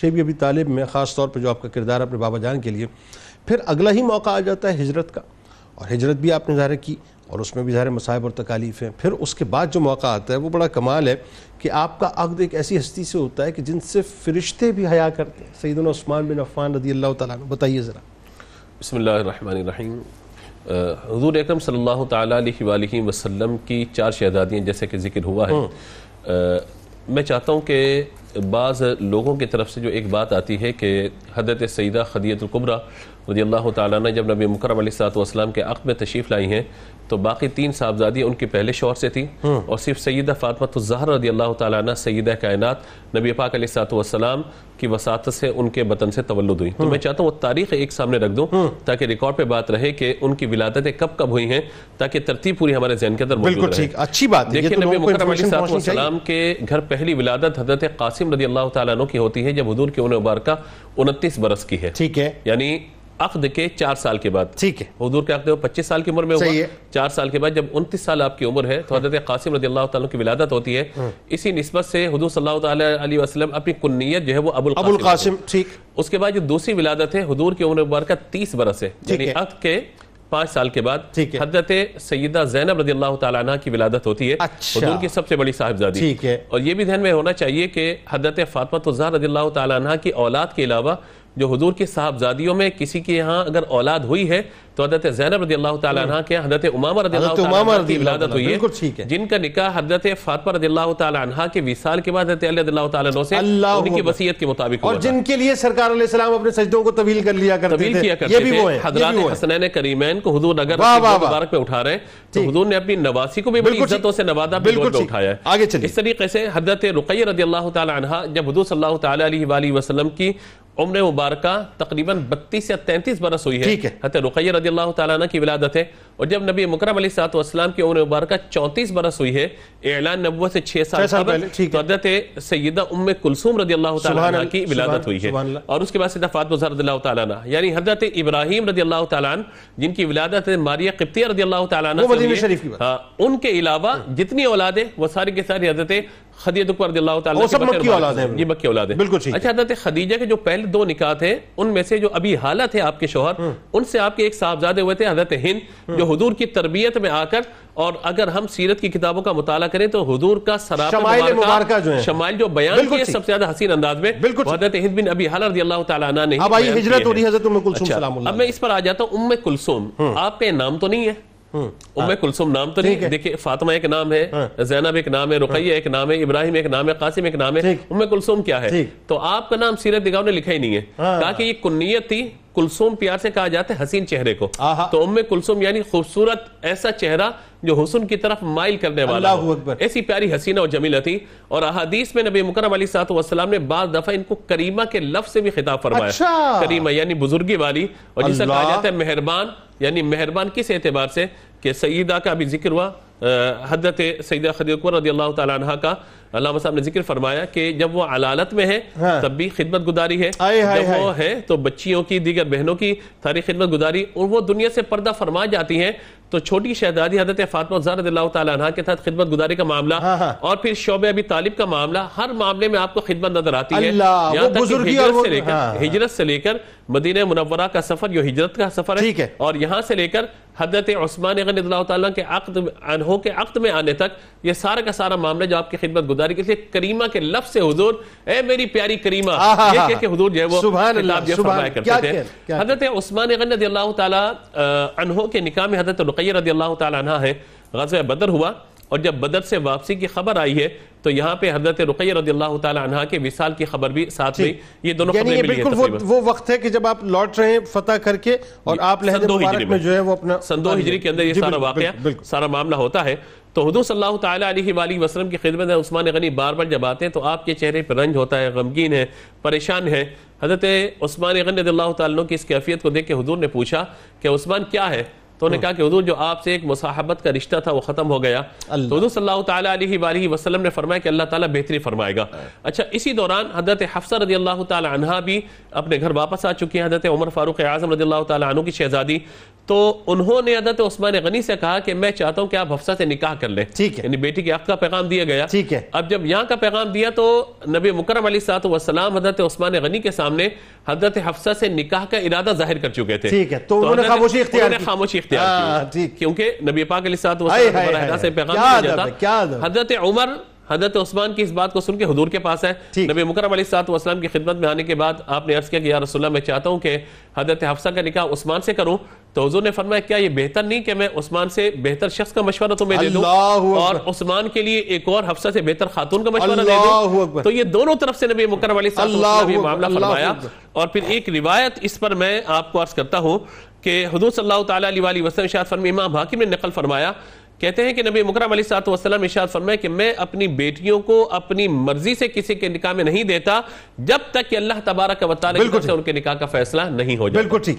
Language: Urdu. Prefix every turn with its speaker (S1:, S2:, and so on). S1: شیبی ابی طالب میں خاص طور پہ جو آپ کا کردار اپنے بابا جان کے لیے پھر اگلا ہی موقع آ جاتا ہے ہجرت کا اور ہجرت بھی آپ نے ظاہر کی اور اس میں بھی ظاہر مصائب اور تکالیف ہیں پھر اس کے بعد جو موقع آتا ہے وہ بڑا کمال ہے کہ آپ کا عقد ایک ایسی ہستی سے ہوتا ہے کہ جن سے فرشتے بھی حیا کرتے ہیں سیدنا عثمان بن عفان رضی اللہ تعالیٰ عنہ بتائیے ذرا
S2: بسم اللہ الرحمن الرحیم آ، حضور اکرم صلی اللہ تعالیٰ علیہ وآلہ وسلم کی چار شہزادیاں جیسے کہ ذکر ہوا ہے آ، میں چاہتا ہوں کہ بعض لوگوں کی طرف سے جو ایک بات آتی ہے کہ حضرت سیدہ خدیت القبرہ رضی اللہ تعالیٰ نے جب نبی مکرم علیہ صلاحت والسلام کے عقد میں تشریف لائی ہیں تو باقی تین صاحبزادیاں ان کے پہلے شوہر سے تھیں اور صرف سیدہ فاطمہ الزہر رضی اللہ تعالیٰ عنہ سیدہ کائنات نبی پاک علیہ صلاحت والسلام کی وساطت سے ان کے وطن سے تولد ہوئی تو میں چاہتا ہوں وہ تاریخ ایک سامنے رکھ دوں تاکہ ریکارڈ پہ بات رہے کہ ان کی ولادتیں کب کب ہوئی ہیں تاکہ ترتیب پوری ہمارے ذہن کے اندر
S1: بالکل
S2: موجود رہے
S1: ٹھیک اچھی بات ہے یہ
S2: دیکھیں
S1: تو
S2: نبی
S1: لوگوں کو
S2: مکرم علیہ
S1: انفارمیشن
S2: صاحب
S1: پہنچنی چاہیے
S2: السلام کے گھر پہلی ولادت حضرت قاسم رضی اللہ تعالیٰ عنہ کی ہوتی ہے جب حضور کی عمر مبارکہ انتیس برس کی ہے
S1: ٹھیک ہے
S2: یعنی عقد کے چار سال کے بعد
S1: ٹھیک ہے
S2: حضور کے عقد پچیس سال کی عمر میں
S1: صحیح
S2: ہوا
S1: ہے۔
S2: چار سال کے بعد جب انتیس سال آپ کی عمر ہے تو حضرت قاسم رضی اللہ تعالیٰ کی ولادت ہوتی ہے
S1: ہاں۔
S2: اسی نسبت سے حضور صلی اللہ تعالیٰ علیہ وسلم اپنی کنیت جو ہے وہ ابو
S1: ابو
S2: القاسم
S1: القاسم ٹھیک
S2: اس کے بعد جو دوسری ولادت ہے حضور کی عمر مبارکہ تیس برس ہے یعنی عقد کے پانچ سال کے بعد حضرت سیدہ زینب رضی اللہ تعالیٰ عنہ کی ولادت ہوتی ہے حضور کی سب سے بڑی صاحبزادی اور یہ بھی ذہن میں ہونا چاہیے کہ حضرت فاطمہ تزہر رضی اللہ تعالیٰ عنہ کی اولاد کے علاوہ جو حضور کی صاحبزادیوں میں کسی کے یہاں اگر اولاد ہوئی ہے تو حضرت زینب رضی اللہ تعالیٰ عنہ کے حضرت امامہ رضی اللہ تعالیٰ عنہ کی ولادت ہوئی ہے جن کا نکاح حضرت فاطمہ رضی اللہ تعالیٰ عنہ کے وصال کے بعد حضرت علی رضی اللہ تعالیٰ عنہ سے ان کی وسیعت کے مطابق
S1: اور
S2: ہوا
S1: جن کے لیے سرکار علیہ السلام اپنے سجدوں کو طویل کر لیا کرتے
S2: تبدیل
S1: تھے
S2: کیا
S1: یہ
S2: کرتے
S1: بھی
S2: تھے
S1: وہ ہیں یہ
S2: حضرات
S1: بھی وہ ہیں
S2: حسنین کریمین کو حضور اگر
S1: واہ،
S2: اپنی
S1: واہ،
S2: گود
S1: واہ۔
S2: مبارک پہ اٹھا رہے ہیں تو حضور نے اپنی نواسی کو بھی بڑی
S1: بالکل جی۔
S2: عزتوں سے نوازا پہ
S1: بالکل
S2: گود پہ
S1: ٹھیک۔
S2: اٹھایا ہے
S1: آگے چلیے۔
S2: اس طریقے سے حضرت رقیہ رضی اللہ تعالی عنہ جب حضور صلی اللہ تعالی علیہ وآلہ وسلم کی عمر مبارکہ تقریباً بتیس یا تینتیس برس ہوئی ہے
S1: ٹھیک ہے۔
S2: حضرت رقیہ رضی اللہ تعالیٰ عنہ کی ولادت ہے اور جب نبی مکرم علیہ الصلوۃ والسلام کی عمر مبارکہ چونتیس برس ہوئی ہے اعلان نبوت سے چھ سال
S1: چھ سال
S2: قبل
S1: پہلے، ٹھیک
S2: تو حضرت سیدہ ام کلثوم رضی اللہ تعالیٰ
S1: سبحان
S2: عنہ
S1: اللہ،
S2: کی ولادت
S1: سبحان-
S2: ہوئی ہے
S1: سبحان اللہ۔
S2: اور اس کے بعد سیدہ فاطمہ زہرا رضی اللہ تعالیٰ عنہ یعنی حضرت ابراہیم رضی اللہ تعالیٰ عنہ جن کی ولادت ماریہ قبطیہ رضی اللہ تعالیٰ عنہ
S1: وہ
S2: سے
S1: مدینہ
S2: ہوئی ہے،
S1: شریف کی بات۔
S2: ہاں، ان کے علاوہ جتنی اولادیں وہ ساری کے ساری حضرت خدیجہ اکبر رضی اللہ تعالیٰ
S1: وہ
S2: عنہ
S1: سب
S2: کے بچے
S1: مکی
S2: مبارک
S1: اولاد ہیں۔
S2: جی مکی اولاد ہیں
S1: بالکل ٹھیک ہے۔
S2: اچھا حضرت خدیجہ کے جو پہلے دو نکاح تھے ان میں سے جو ابھی حالت ہے آپ کے شوہر
S1: ہاں۔
S2: ان سے آپ کے ایک صاحبزادے ہوئے تھے حضرت ہند جو حضور کی تربیت میں آ کر اور اگر ہم سیرت کی کتابوں کا مطالعہ کریں تو حضور کا سراب
S1: شمائل مبارکہ جو ہیں۔
S2: شمائل جو بیان
S1: بالکل
S2: کیے
S1: ٹھیک۔
S2: سب سے زیادہ حسین انداز میں
S1: بالکل
S2: وہ
S1: ٹھیک۔
S2: حضرت ہند بن ابی حلہ رضی اللہ تعالیٰ عنہ نے ہی
S1: اب آئی
S2: بیان
S1: ہجرت
S2: کیے
S1: ہو رہی
S2: ہیں۔
S1: ہے حضرت ام کلثوم
S2: اچھا،
S1: سلام اللہ ہاں۔
S2: اب میں اس پر آ جاتا ہوں ام کلثوم آپ کا یہ نام تو نہیں ہے ام کلثوم نام تو نہیں دیکھیں فاطمہ ایک نام
S1: ہاں۔
S2: ہے زینب ایک نام ہے رقیہ ایک نام ہے ابراہیم ایک نام ہے قاسم ایک نام ہے ام کلثوم کیا ہے تو آپ کا نام سیرت نگاہ نے لکھا ہی نہیں ہے
S1: ہاں۔
S2: کہا کہ یہ کنیت تھی کلثوم پیار سے کہا جاتا ہے حسین چہرے کو تو ام کلثوم یعنی خوبصورت ایسا چہرہ جو حسن کی طرف مائل کرنے والا
S1: اللہ
S2: ہو۔
S1: اکبر۔
S2: ایسی پیاری حسینہ اور جمیلہ تھی اور احادیث میں نبی مکرم علیہ الصلوۃ والسلام نے بعض دفعہ ان کو کریمہ کے لفظ سے بھی خطاب فرمایا
S1: اچھا۔
S2: کریمہ یعنی بزرگی والی اور جسے کہا
S1: اللہ۔
S2: جاتا ہے مہربان یعنی مہربان کس اعتبار سے کہ سیدہ کا بھی ذکر ہوا آ، حضرت سیدہ خدیجہ اکبر رضی اللہ تعالی عنہ کا علامہ صاحب نے ذکر فرمایا کہ جب وہ علالت میں ہے
S1: ہاں۔
S2: تب بھی خدمت گزاری ہے
S1: آئے ہائے
S2: جب
S1: ہائے۔
S2: وہ ہے تو بچیوں کی دیگر بہنوں کی ساری خدمت گزاری اور وہ دنیا سے پردہ فرما جاتی ہیں تو چھوٹی شہزادی حضرت فاطمہ زہرا رضی اللہ تعالی عنہ کے ساتھ خدمت گزاری کا معاملہ
S1: ہاں، ہاں۔
S2: اور پھر شعبہ ابی طالب کا معاملہ ہر معاملے میں آپ کو خدمت نظر آتی ہے
S1: اللہ،
S2: یہاں
S1: وہ
S2: تک کہ
S1: بزرگی اور
S2: ہجرت
S1: وہ-
S2: سے لے کر-
S1: ہاں، ہاں۔
S2: ہجرت سے لے کر مدینہ منورہ کا سفر یہ ہجرت کا سفر
S1: ٹھیک ہے۔
S2: ہے اور یہاں سے لے کر حضرت عثمان غنی اللہ تعالیٰ کے عقد عنہ کے عقد میں آنے تک یہ سارا کا سارا معاملہ جو آپ کی خدمت گزاری کے لیے کریمہ کے لفظ سے حضور اے میری پیاری کریمہ
S1: آہا
S2: یہ
S1: ہا۔
S2: کہہ کے حضور جو ہے وہ
S1: سبحان اللہ،
S2: خطاب جو ہے
S1: سبحان
S2: فرمایا
S1: اللہ۔ کیا
S2: کرتے
S1: کہہ-
S2: تھے
S1: کیا
S2: حضرت عثمان غنی رضی اللہ تعالیٰ آ، عنہ کے نکاح میں حضرت رقیہ رضی اللہ تعالیٰ عنہ ہے غزوہ بدر ہوا اور جب بدر سے واپسی کی خبر آئی ہے تو یہاں پہ حضرت رقیہ رضی اللہ تعالیٰ عنہ کے وصال کی خبر بھی ساتھ میں یہ دونوں
S1: یعنی
S2: خبریں
S1: یہ
S2: ملی ہیں
S1: بالکل
S2: تقریباً
S1: وہ وقت ہے کہ جب آپ لوٹ رہے ہیں فتح کر کے اور آپ لہجے مبارک میں جو ہے وہ اپنا
S2: سندو ہجری کے اندر یہ سارا واقعہ
S1: ہاں جی، بالکل
S2: سارا معاملہ ہوتا ہے تو حضور صلی اللہ تعالیٰ علیہ وآلہ وسلم کی خدمت ہے عثمان غنی بار بار جب آتے ہیں تو آپ کے چہرے پر رنج ہوتا ہے غمگین ہے پریشان ہے حضرت عثمان غنی رضی اللہ تعالیٰ کی اس کیفیت کو دیکھ کے حضور نے پوچھا کہ عثمان کیا ہے تو
S1: ہاں۔
S2: انہوں نے کہا کہ حضور جو آپ سے ایک مصاحبت کا رشتہ تھا وہ ختم ہو گیا تو حضور صلی اللہ تعالیٰ علیہ وآلہ وسلم نے فرمایا کہ اللہ تعالیٰ بہتری فرمائے گا اچھا اسی دوران حضرت حفصہ رضی اللہ تعالیٰ عنہ بھی اپنے گھر واپس آ چکی ہیں حضرت عمر فاروق اعظم رضی اللہ تعالیٰ عنہ کی شہزادی تو انہوں نے حضرت عثمان غنی سے کہا کہ میں چاہتا ہوں کہ آپ حفصہ سے نکاح کر لیں
S1: ٹھیک ہے۔
S2: یعنی بیٹی کے حق کا پیغام دیا گیا
S1: ٹھیک ہے۔
S2: اب جب یہاں کا پیغام دیا تو نبی مکرم علی سات وسلام حضرت عثمان غنی کے سامنے حضرت حفصہ سے نکاح کا ارادہ ظاہر کر چکی تھے
S1: ٹھیک ہے، تو انہوں نے
S2: حضرت-
S1: خاموشی اختیار
S2: انہوں نے
S1: کی۔
S2: خاموشی
S1: ہاں،
S2: اختیار کی
S1: ٹھیک۔
S2: کیونکہ نبی پاک علیہ سات
S1: ہائے، ہائے،
S2: وسلم سے
S1: ہائے،
S2: پیغام
S1: کیا
S2: دیا
S1: ادب ہے، کیا
S2: جاتا
S1: ادب ہے۔
S2: حضرت عمر حضرت عثمان کی اس بات کو سن کے حضور کے پاس ہے
S1: ٹھیک۔
S2: نبی مکرم علیہ الصلوۃ والسلام کی خدمت میں آنے کے بعد آپ نے عرض کیا کہ یا رسول اللہ میں چاہتا ہوں کہ حضرت حفصہ کا نکاح عثمان سے کروں تو حضور نے فرمایا کیا یہ بہتر نہیں کہ میں عثمان سے بہتر شخص کا مشورہ تمہیں دے دوں
S1: اللہ اکبر۔
S2: اور عثمان کے لیے ایک اور حفصہ سے بہتر خاتون کا مشورہ دے
S1: اللہ
S2: دوں
S1: اکبر۔
S2: تو یہ دونوں طرف سے نبی مکرم علیہ الصلوۃ
S1: اللہ
S2: والسلام نے یہ
S1: اکبر،
S2: معاملہ
S1: اللہ
S2: فرمایا
S1: اکبر۔
S2: اور پھر ایک روایت اس پر میں آپ کو عرض کرتا ہوں کہ حضور صلی اللہ تعالیٰ علیہ وآلہ وسلم اشارت فرمائے امام حاکم نے نقل فرمایا کہتے ہیں کہ نبی مکرم علیہ سات وسلم اشارت فرمائے کہ میں اپنی بیٹیوں کو اپنی مرضی سے کسی کے نکاح میں نہیں دیتا جب تک کہ اللہ تبارک و تعالیٰ کی
S1: بالکل
S2: طرف سے ان کے نکاح کا فیصلہ نہیں ہو جائے
S1: بالکل ٹھیک